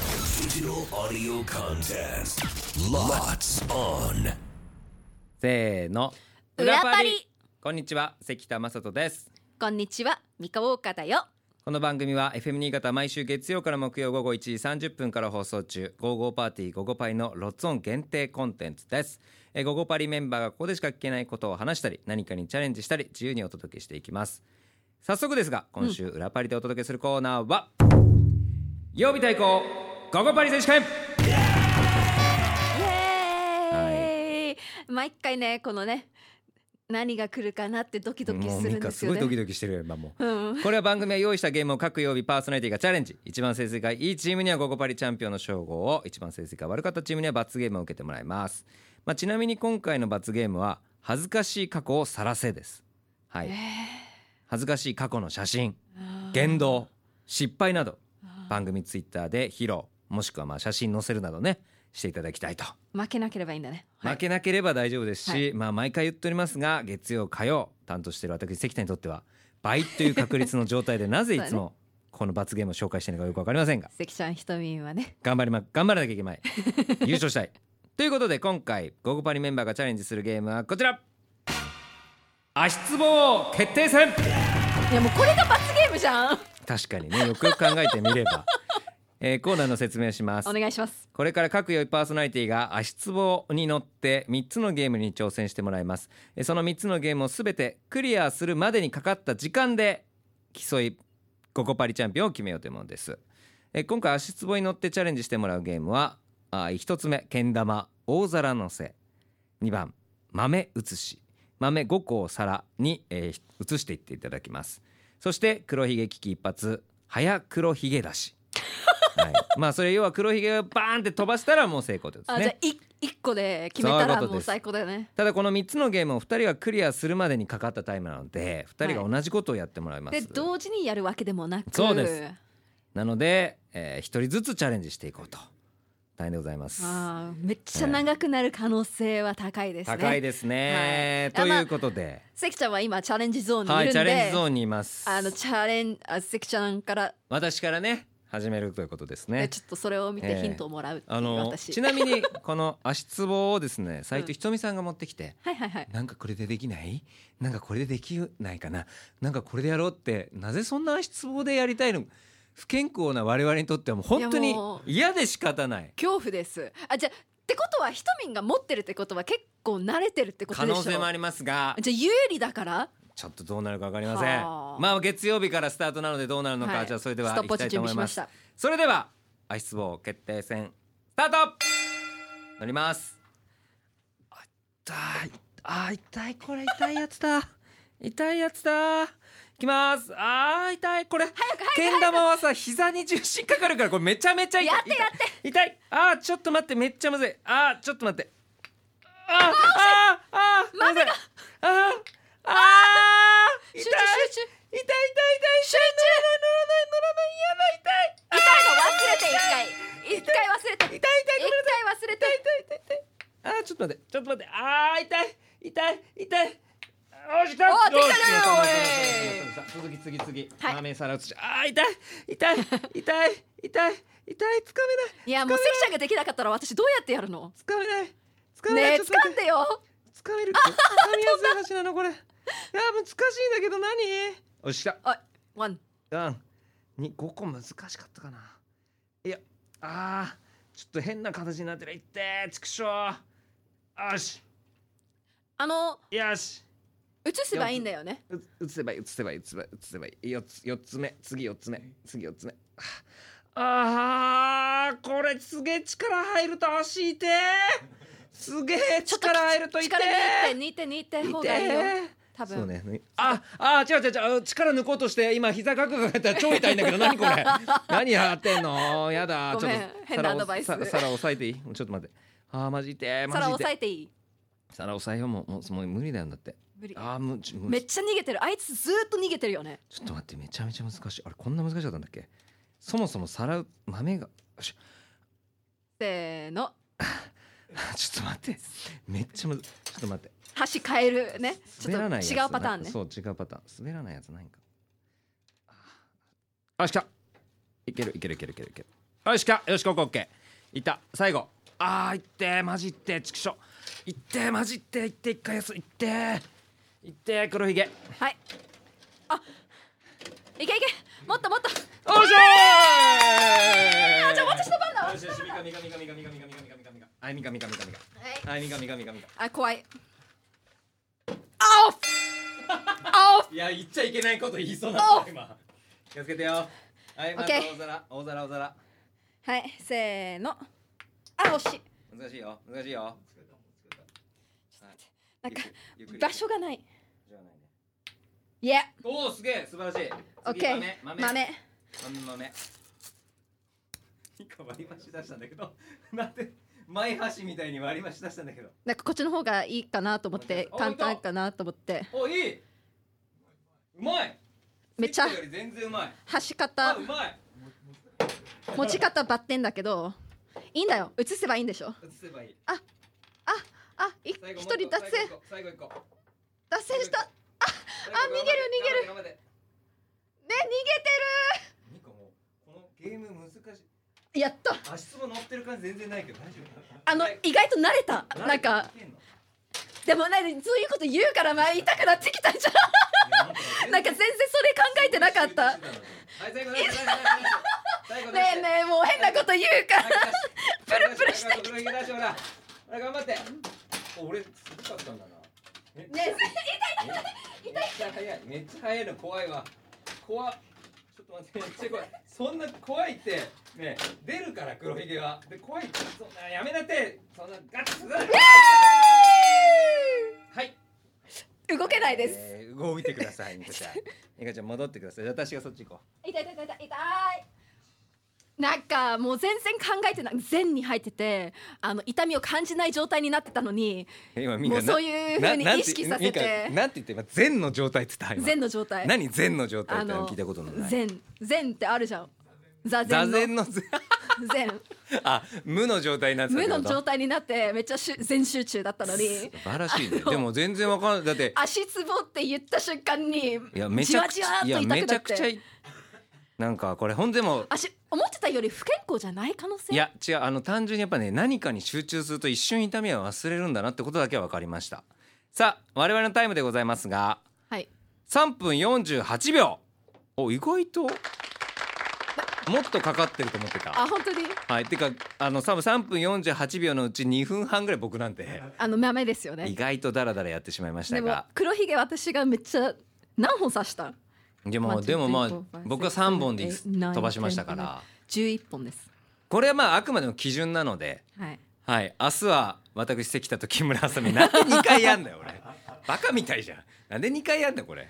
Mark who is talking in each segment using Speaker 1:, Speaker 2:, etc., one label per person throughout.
Speaker 1: Digital audio contest. Lots on.
Speaker 2: せーの
Speaker 3: 裏パリ
Speaker 2: こんにちは関田正人です
Speaker 3: こんにちは、ミカウォーカーだよ。
Speaker 2: この番組は FM 新潟毎週月曜から木曜午後1時30分から放送中「55パーティー55パイ」のロッツオン限定コンテンツです「えー55パリ」メンバーがここでしか聞けないことを話したり何かにチャレンジしたり自由にお届けしていきます早速ですが今週裏パリでお届けするコーナーは、曜日対抗「55パリ選手権」
Speaker 3: イエーイ、毎回ね、このね、何が来るかなってドキドキ
Speaker 2: もう
Speaker 3: する
Speaker 2: ミ
Speaker 3: ん
Speaker 2: カ
Speaker 3: です
Speaker 2: す
Speaker 3: よ
Speaker 2: ごい
Speaker 3: ね。
Speaker 2: ドキドキしてるよ今もう
Speaker 3: うん、
Speaker 2: これは番組が用意したゲームを各曜日パーソナリティがチャレンジ一番成績がいいチームには「ゴゴパリチャンピオン」の称号を一番成績が悪かったチームには罰ゲームを受けてもらいます、まあ、ちなみに今回の罰ゲームは「恥ずかしい過去を晒せ」です、はい恥ずかしい過去の写真言動失敗など番組ツイッターで披露もしくはまあ写真載せるなどねしていただきたいと
Speaker 3: 負けなければいいんだね。はい
Speaker 2: 負けなければ大丈夫ですし、
Speaker 3: はい
Speaker 2: まあ毎回言っておりますが月曜火曜担当している私関田にとっては倍という確率の状 態でなぜいつもこの罰ゲームを紹介しているのかよくわかりませんが
Speaker 3: 関ちゃん、ひとみんはね。
Speaker 2: 頑張りま頑張らなきゃいけ ない優勝したいということで今回「ゴゴパリ」メンバーがチャレンジするゲームはこちら足つぼ王決定戦
Speaker 3: いや、もうこれが罰ゲームじゃん。
Speaker 2: 確かにね よくよく考えてみれ ば、えーコーナーの説明をします
Speaker 3: お願いします。
Speaker 2: これから各良いパーソナリティが足つぼに乗って3つのゲームに挑戦してもらいますえその3つのゲームをすべてクリアするまでにかかった時間で競いココパリチャンピオンを決めようというものですえ今回足つぼに乗ってチャレンジしてもらうゲームはあ1つ目けん玉大皿のせ2番豆移し豆5個を皿に、えー移していっていただきますそして黒ひげ危機一発早黒ひげだし はい、まあそれ要は黒ひげをバーンって飛ばしたらもう成功ってこと
Speaker 3: あ、
Speaker 2: です
Speaker 3: じゃあ
Speaker 2: ね、
Speaker 3: い、一個で決めた
Speaker 2: そういうこ
Speaker 3: ら、
Speaker 2: とです
Speaker 3: もう最高だよね。
Speaker 2: ただこの3つのゲームを2人がクリアするまでにかかったタイムなので2人が同じことをやってもらいます、
Speaker 3: で、同時にやるわけでもなく。
Speaker 2: そうです。なので、え1人ずつチャレンジしていこうと大変でございます
Speaker 3: あーめっちゃ長くなる可能性は高いですね。
Speaker 2: 高いですね、
Speaker 3: はい
Speaker 2: と
Speaker 3: あまあ
Speaker 2: いうことで、
Speaker 3: 関ちゃんは今チャレンジゾーンにい
Speaker 2: はい
Speaker 3: るん
Speaker 2: チャ
Speaker 3: で、
Speaker 2: レンジゾーンにいます
Speaker 3: あのチャレンあ関ちゃんから
Speaker 2: 私からね始めるということですね
Speaker 3: ちょっとそれを見
Speaker 2: え
Speaker 3: て
Speaker 2: え
Speaker 3: ヒントをもらうっていう
Speaker 2: あの
Speaker 3: 私
Speaker 2: ちなみにこの足つぼをですね斉藤ひとみさんが持ってきて、
Speaker 3: はいはいはい
Speaker 2: なんかこれでできないなんかこれでできないかななんかこれでやろうってなぜそんな足つぼでやりたいの不健康な我々にとってはもう本当
Speaker 3: い
Speaker 2: に
Speaker 3: やもう
Speaker 2: 嫌で仕方ない
Speaker 3: 恐怖ですあじゃあってことはひとみんが持ってるってことは結構慣れてるってこと
Speaker 2: 可
Speaker 3: でしょ
Speaker 2: 能性もありますが
Speaker 3: じゃあ有利だから
Speaker 2: ちょっとどうなるかわかりません
Speaker 3: はあ
Speaker 2: まあ月曜日からスタートなのでどうなるのか、
Speaker 3: はい
Speaker 2: じゃあそれでは
Speaker 3: スト
Speaker 2: 行
Speaker 3: ップウォ
Speaker 2: き
Speaker 3: ッ
Speaker 2: た
Speaker 3: チ
Speaker 2: いと
Speaker 3: 準
Speaker 2: 思
Speaker 3: 備
Speaker 2: い
Speaker 3: し
Speaker 2: ま
Speaker 3: ますした
Speaker 2: それでは足つぼ決定戦スタート乗りますあ痛いあー痛いこれ痛いやつだ 痛いやつだいきますあー痛いこれけん玉はさ膝に重心かかるからこれめちゃめちゃ痛い
Speaker 3: やってや
Speaker 2: って痛いあーちょっと待ってめっちゃむずいあーちょっと待ってあーあーあーまだあーあー痛い痛い痛い痛い痛い集
Speaker 3: 集中集中
Speaker 2: 中乗らない乗らないやばい痛い
Speaker 3: 痛いの忘れて一回一回忘れて
Speaker 2: 痛い
Speaker 3: 一
Speaker 2: 痛いごめんなさい
Speaker 3: 回忘れて
Speaker 2: 痛い痛い痛いあーちょっと待ってちょっと待ってあー痛い痛い痛いよし来た
Speaker 3: おーできたね
Speaker 2: おい続き次次
Speaker 3: はい
Speaker 2: 豆皿移しあー痛い痛い痛い痛い痛いつか
Speaker 3: いやもう関ちゃんができなかったら私どうやってやる
Speaker 2: め
Speaker 3: の
Speaker 2: ないつかめない
Speaker 3: ねえ
Speaker 2: つかめないちょっと待
Speaker 3: 掴
Speaker 2: っ
Speaker 3: ん
Speaker 2: て
Speaker 3: でよ
Speaker 2: つかめるつかみやすい話なのこれいや難しいんだけど何おっしゃ
Speaker 3: あワン
Speaker 2: うん、に5個難しかったかな。いや、あー、ちょっと変な形になってる。いってー、ちくしょう。よし、
Speaker 3: あの
Speaker 2: よし。
Speaker 3: 移せばいいんだよね
Speaker 2: う移せばいい、移せばいい、移せばいい、移せばいい。4つ、四つ目、次4つ目、次4つ目。ああー、これすげえ力入ると足いてー。すげえ力入ると痛いて
Speaker 3: 力
Speaker 2: ー。
Speaker 3: 抜いて抜いて抜いて方がいいよ
Speaker 2: 痛え
Speaker 3: 多分
Speaker 2: そうね。あ、あ、違う違う違う、力抜こうとして、今膝ガクガクやったら超痛いんだけど、何こ れ。何やってんの、やだ。
Speaker 3: ごめん
Speaker 2: ちょっと
Speaker 3: 変なアドバイス
Speaker 2: 皿をさ皿押さえていい、ちょっと待って。あー、マジで、マ
Speaker 3: 皿
Speaker 2: ジ
Speaker 3: 押さ
Speaker 2: で。
Speaker 3: えていい
Speaker 2: 皿押さえよう、もう、もう、もう無理だよだって。
Speaker 3: 無理
Speaker 2: あー、む、ちょむ
Speaker 3: めっちゃ逃げてるあいつずーっと逃げてるよね
Speaker 2: ちょっと待って、めちゃめちゃ難しい。あれ、こんな難しかったんだっけ。そもそも皿、豆が。よいしょ
Speaker 3: せーの
Speaker 2: あちょっと待って。めっちゃむず、ちょっと待って。
Speaker 3: 箸変えるねち
Speaker 2: 滑
Speaker 3: ょ
Speaker 2: ら
Speaker 3: っと
Speaker 2: ないやつ
Speaker 3: 違うパターンね
Speaker 2: そう違うパターン滑らないやつないんかあーよしきたいけるいけるいけるいけるいけるよしきたよしここオッケーいった最後あーいってーマジいってーちくしょいってーマジいってーいってー一回休むいってーいってー黒ひげ
Speaker 3: はいあいけいけもっともっと
Speaker 2: おーしょー
Speaker 3: あじゃあ私の番だ
Speaker 2: よしよしみかみかみかみかみかみかみかみかみかみかはいみかみかみかみか
Speaker 3: はい
Speaker 2: はいみかみかみかみか
Speaker 3: あ怖いあおっあ
Speaker 2: いや言っちゃいけないこと言いそうだ
Speaker 3: お
Speaker 2: った今気をつけてよはいまず
Speaker 3: OK
Speaker 2: 大皿大皿大皿
Speaker 3: おはいせーのあ惜しい
Speaker 2: 難しいよ難しいよ
Speaker 3: なんか
Speaker 2: ゆっくり
Speaker 3: 場所がない
Speaker 2: じゃあないね
Speaker 3: いや
Speaker 2: おおすげえ素晴らしい
Speaker 3: オッケー
Speaker 2: 次豆豆
Speaker 3: 豆
Speaker 2: 豆豆一個割り箸出したんだけどなんで前箸みたいに割り箸出したんだけど
Speaker 3: なんかこっちの方がいいかなと思って
Speaker 2: あ
Speaker 3: 簡単かなと思って
Speaker 2: おいいうまい
Speaker 3: めっちゃ
Speaker 2: セットより全然うまい
Speaker 3: 箸
Speaker 2: あ
Speaker 3: 方
Speaker 2: うまい
Speaker 3: 持ち方バッテンだけどいいんだよ映せばいいんでしょ
Speaker 2: 移せばいい
Speaker 3: あい一
Speaker 2: 最後もう
Speaker 3: 人脱線
Speaker 2: 最後一個最後一個あ
Speaker 3: 脱線したねあ逃げる逃げる
Speaker 2: 頑張って
Speaker 3: 逃
Speaker 2: ニコもうこのゲーム難しい
Speaker 3: げてるやっと
Speaker 2: 足つぼ乗ってる感じ全然ないけど大丈夫
Speaker 3: あの
Speaker 2: はい
Speaker 3: 意外と慣れたなんか
Speaker 2: いけのい
Speaker 3: でもなんかそういうこと言うから前痛くなってきたじゃ
Speaker 2: やなんか
Speaker 3: んなんか全然それ考えてなかった
Speaker 2: はい、最後、最後、最後、
Speaker 3: ねえねえもう変なこと言う から
Speaker 2: プルプルしてきて。ほら、ほら、頑張って。お俺、すごかったんだな。ね
Speaker 3: ね
Speaker 2: え、めっちゃ早い、めっちゃ早いの怖いわ。怖っ。ちょっと待って、めっちゃ怖い。そんな怖いって、ねえ、出るから、黒ひげは。で、怖いって、そんな、やめなって、そんな、ガッツ。はい。
Speaker 3: え動けないです
Speaker 2: す。動いてください、みかちゃん。みかちゃん、戻ってください。私がそっち行こ
Speaker 3: 痛い痛い痛い痛い痛いなんかもう全然考えてない善に入っててあの痛みを感じない状態になってたのに
Speaker 2: う。今、
Speaker 3: もうそういう風に意識させて
Speaker 2: なんて言って今善の状態って言った今
Speaker 3: 善の状態
Speaker 2: 何善の状態って聞いたことのない
Speaker 3: 善善ってあるじゃん座
Speaker 2: 座
Speaker 3: 禅の
Speaker 2: 禅の禅
Speaker 3: 禅
Speaker 2: あ無の状態になってたっ
Speaker 3: 無
Speaker 2: てこと
Speaker 3: の状態になってめっちゃしゅ全集中だったのに
Speaker 2: 素晴らしいねでも全然わかんないだって
Speaker 3: 足つぼって言った瞬間に
Speaker 2: いやめ
Speaker 3: じ
Speaker 2: ちゃ
Speaker 3: わ
Speaker 2: くち
Speaker 3: じわー
Speaker 2: ゃ
Speaker 3: っ
Speaker 2: いや
Speaker 3: と
Speaker 2: めち
Speaker 3: 痛くな
Speaker 2: ゃ
Speaker 3: っ
Speaker 2: くちゃ
Speaker 3: て
Speaker 2: いなんかこれほんでも
Speaker 3: 足思ってたより不健康じゃない可能性
Speaker 2: いや違うあの単純にやっぱね何かに集中すると一瞬痛みは忘れるんだなってことだけは分かりましたさあ我々のタイムでございますが
Speaker 3: はい
Speaker 2: 3分48秒お意外ともっとかかってると思ってた
Speaker 3: あ本当に
Speaker 2: はい、てかあのサム3分48秒のうち2分半ぐらい僕なんて
Speaker 3: あの豆ですよ
Speaker 2: 意
Speaker 3: ね
Speaker 2: 外とダラダラやってしまいまし
Speaker 3: で
Speaker 2: た
Speaker 3: も
Speaker 2: が
Speaker 3: 黒ひげ私がめっちゃ何本刺した
Speaker 2: でもでもまあ僕は3本で飛ばしましたから
Speaker 3: 11本です
Speaker 2: これはまああくまでも基準なので、
Speaker 3: はい
Speaker 2: はい、明日は私関田と木村あさみなんで2回やんだよ俺バカみたいじゃんなんで2回やんだよこれ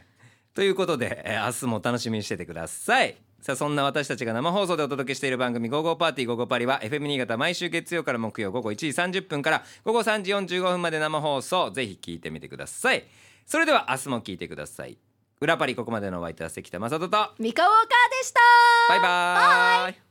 Speaker 2: ということで、えー明日もお楽しみにしててくださいさあそんな私たちが生放送でお届けしている番組「ゴーゴーパーティーゴーゴーパリ」は FM 新潟毎週月曜から木曜午後1時30分から午後3時45分まで生放送ぜひ聞いてみてくださいそれでは明日も聞いてください裏パリここまでのお相手は関田正人と
Speaker 3: ミカウォーカーでした
Speaker 2: バイバーイ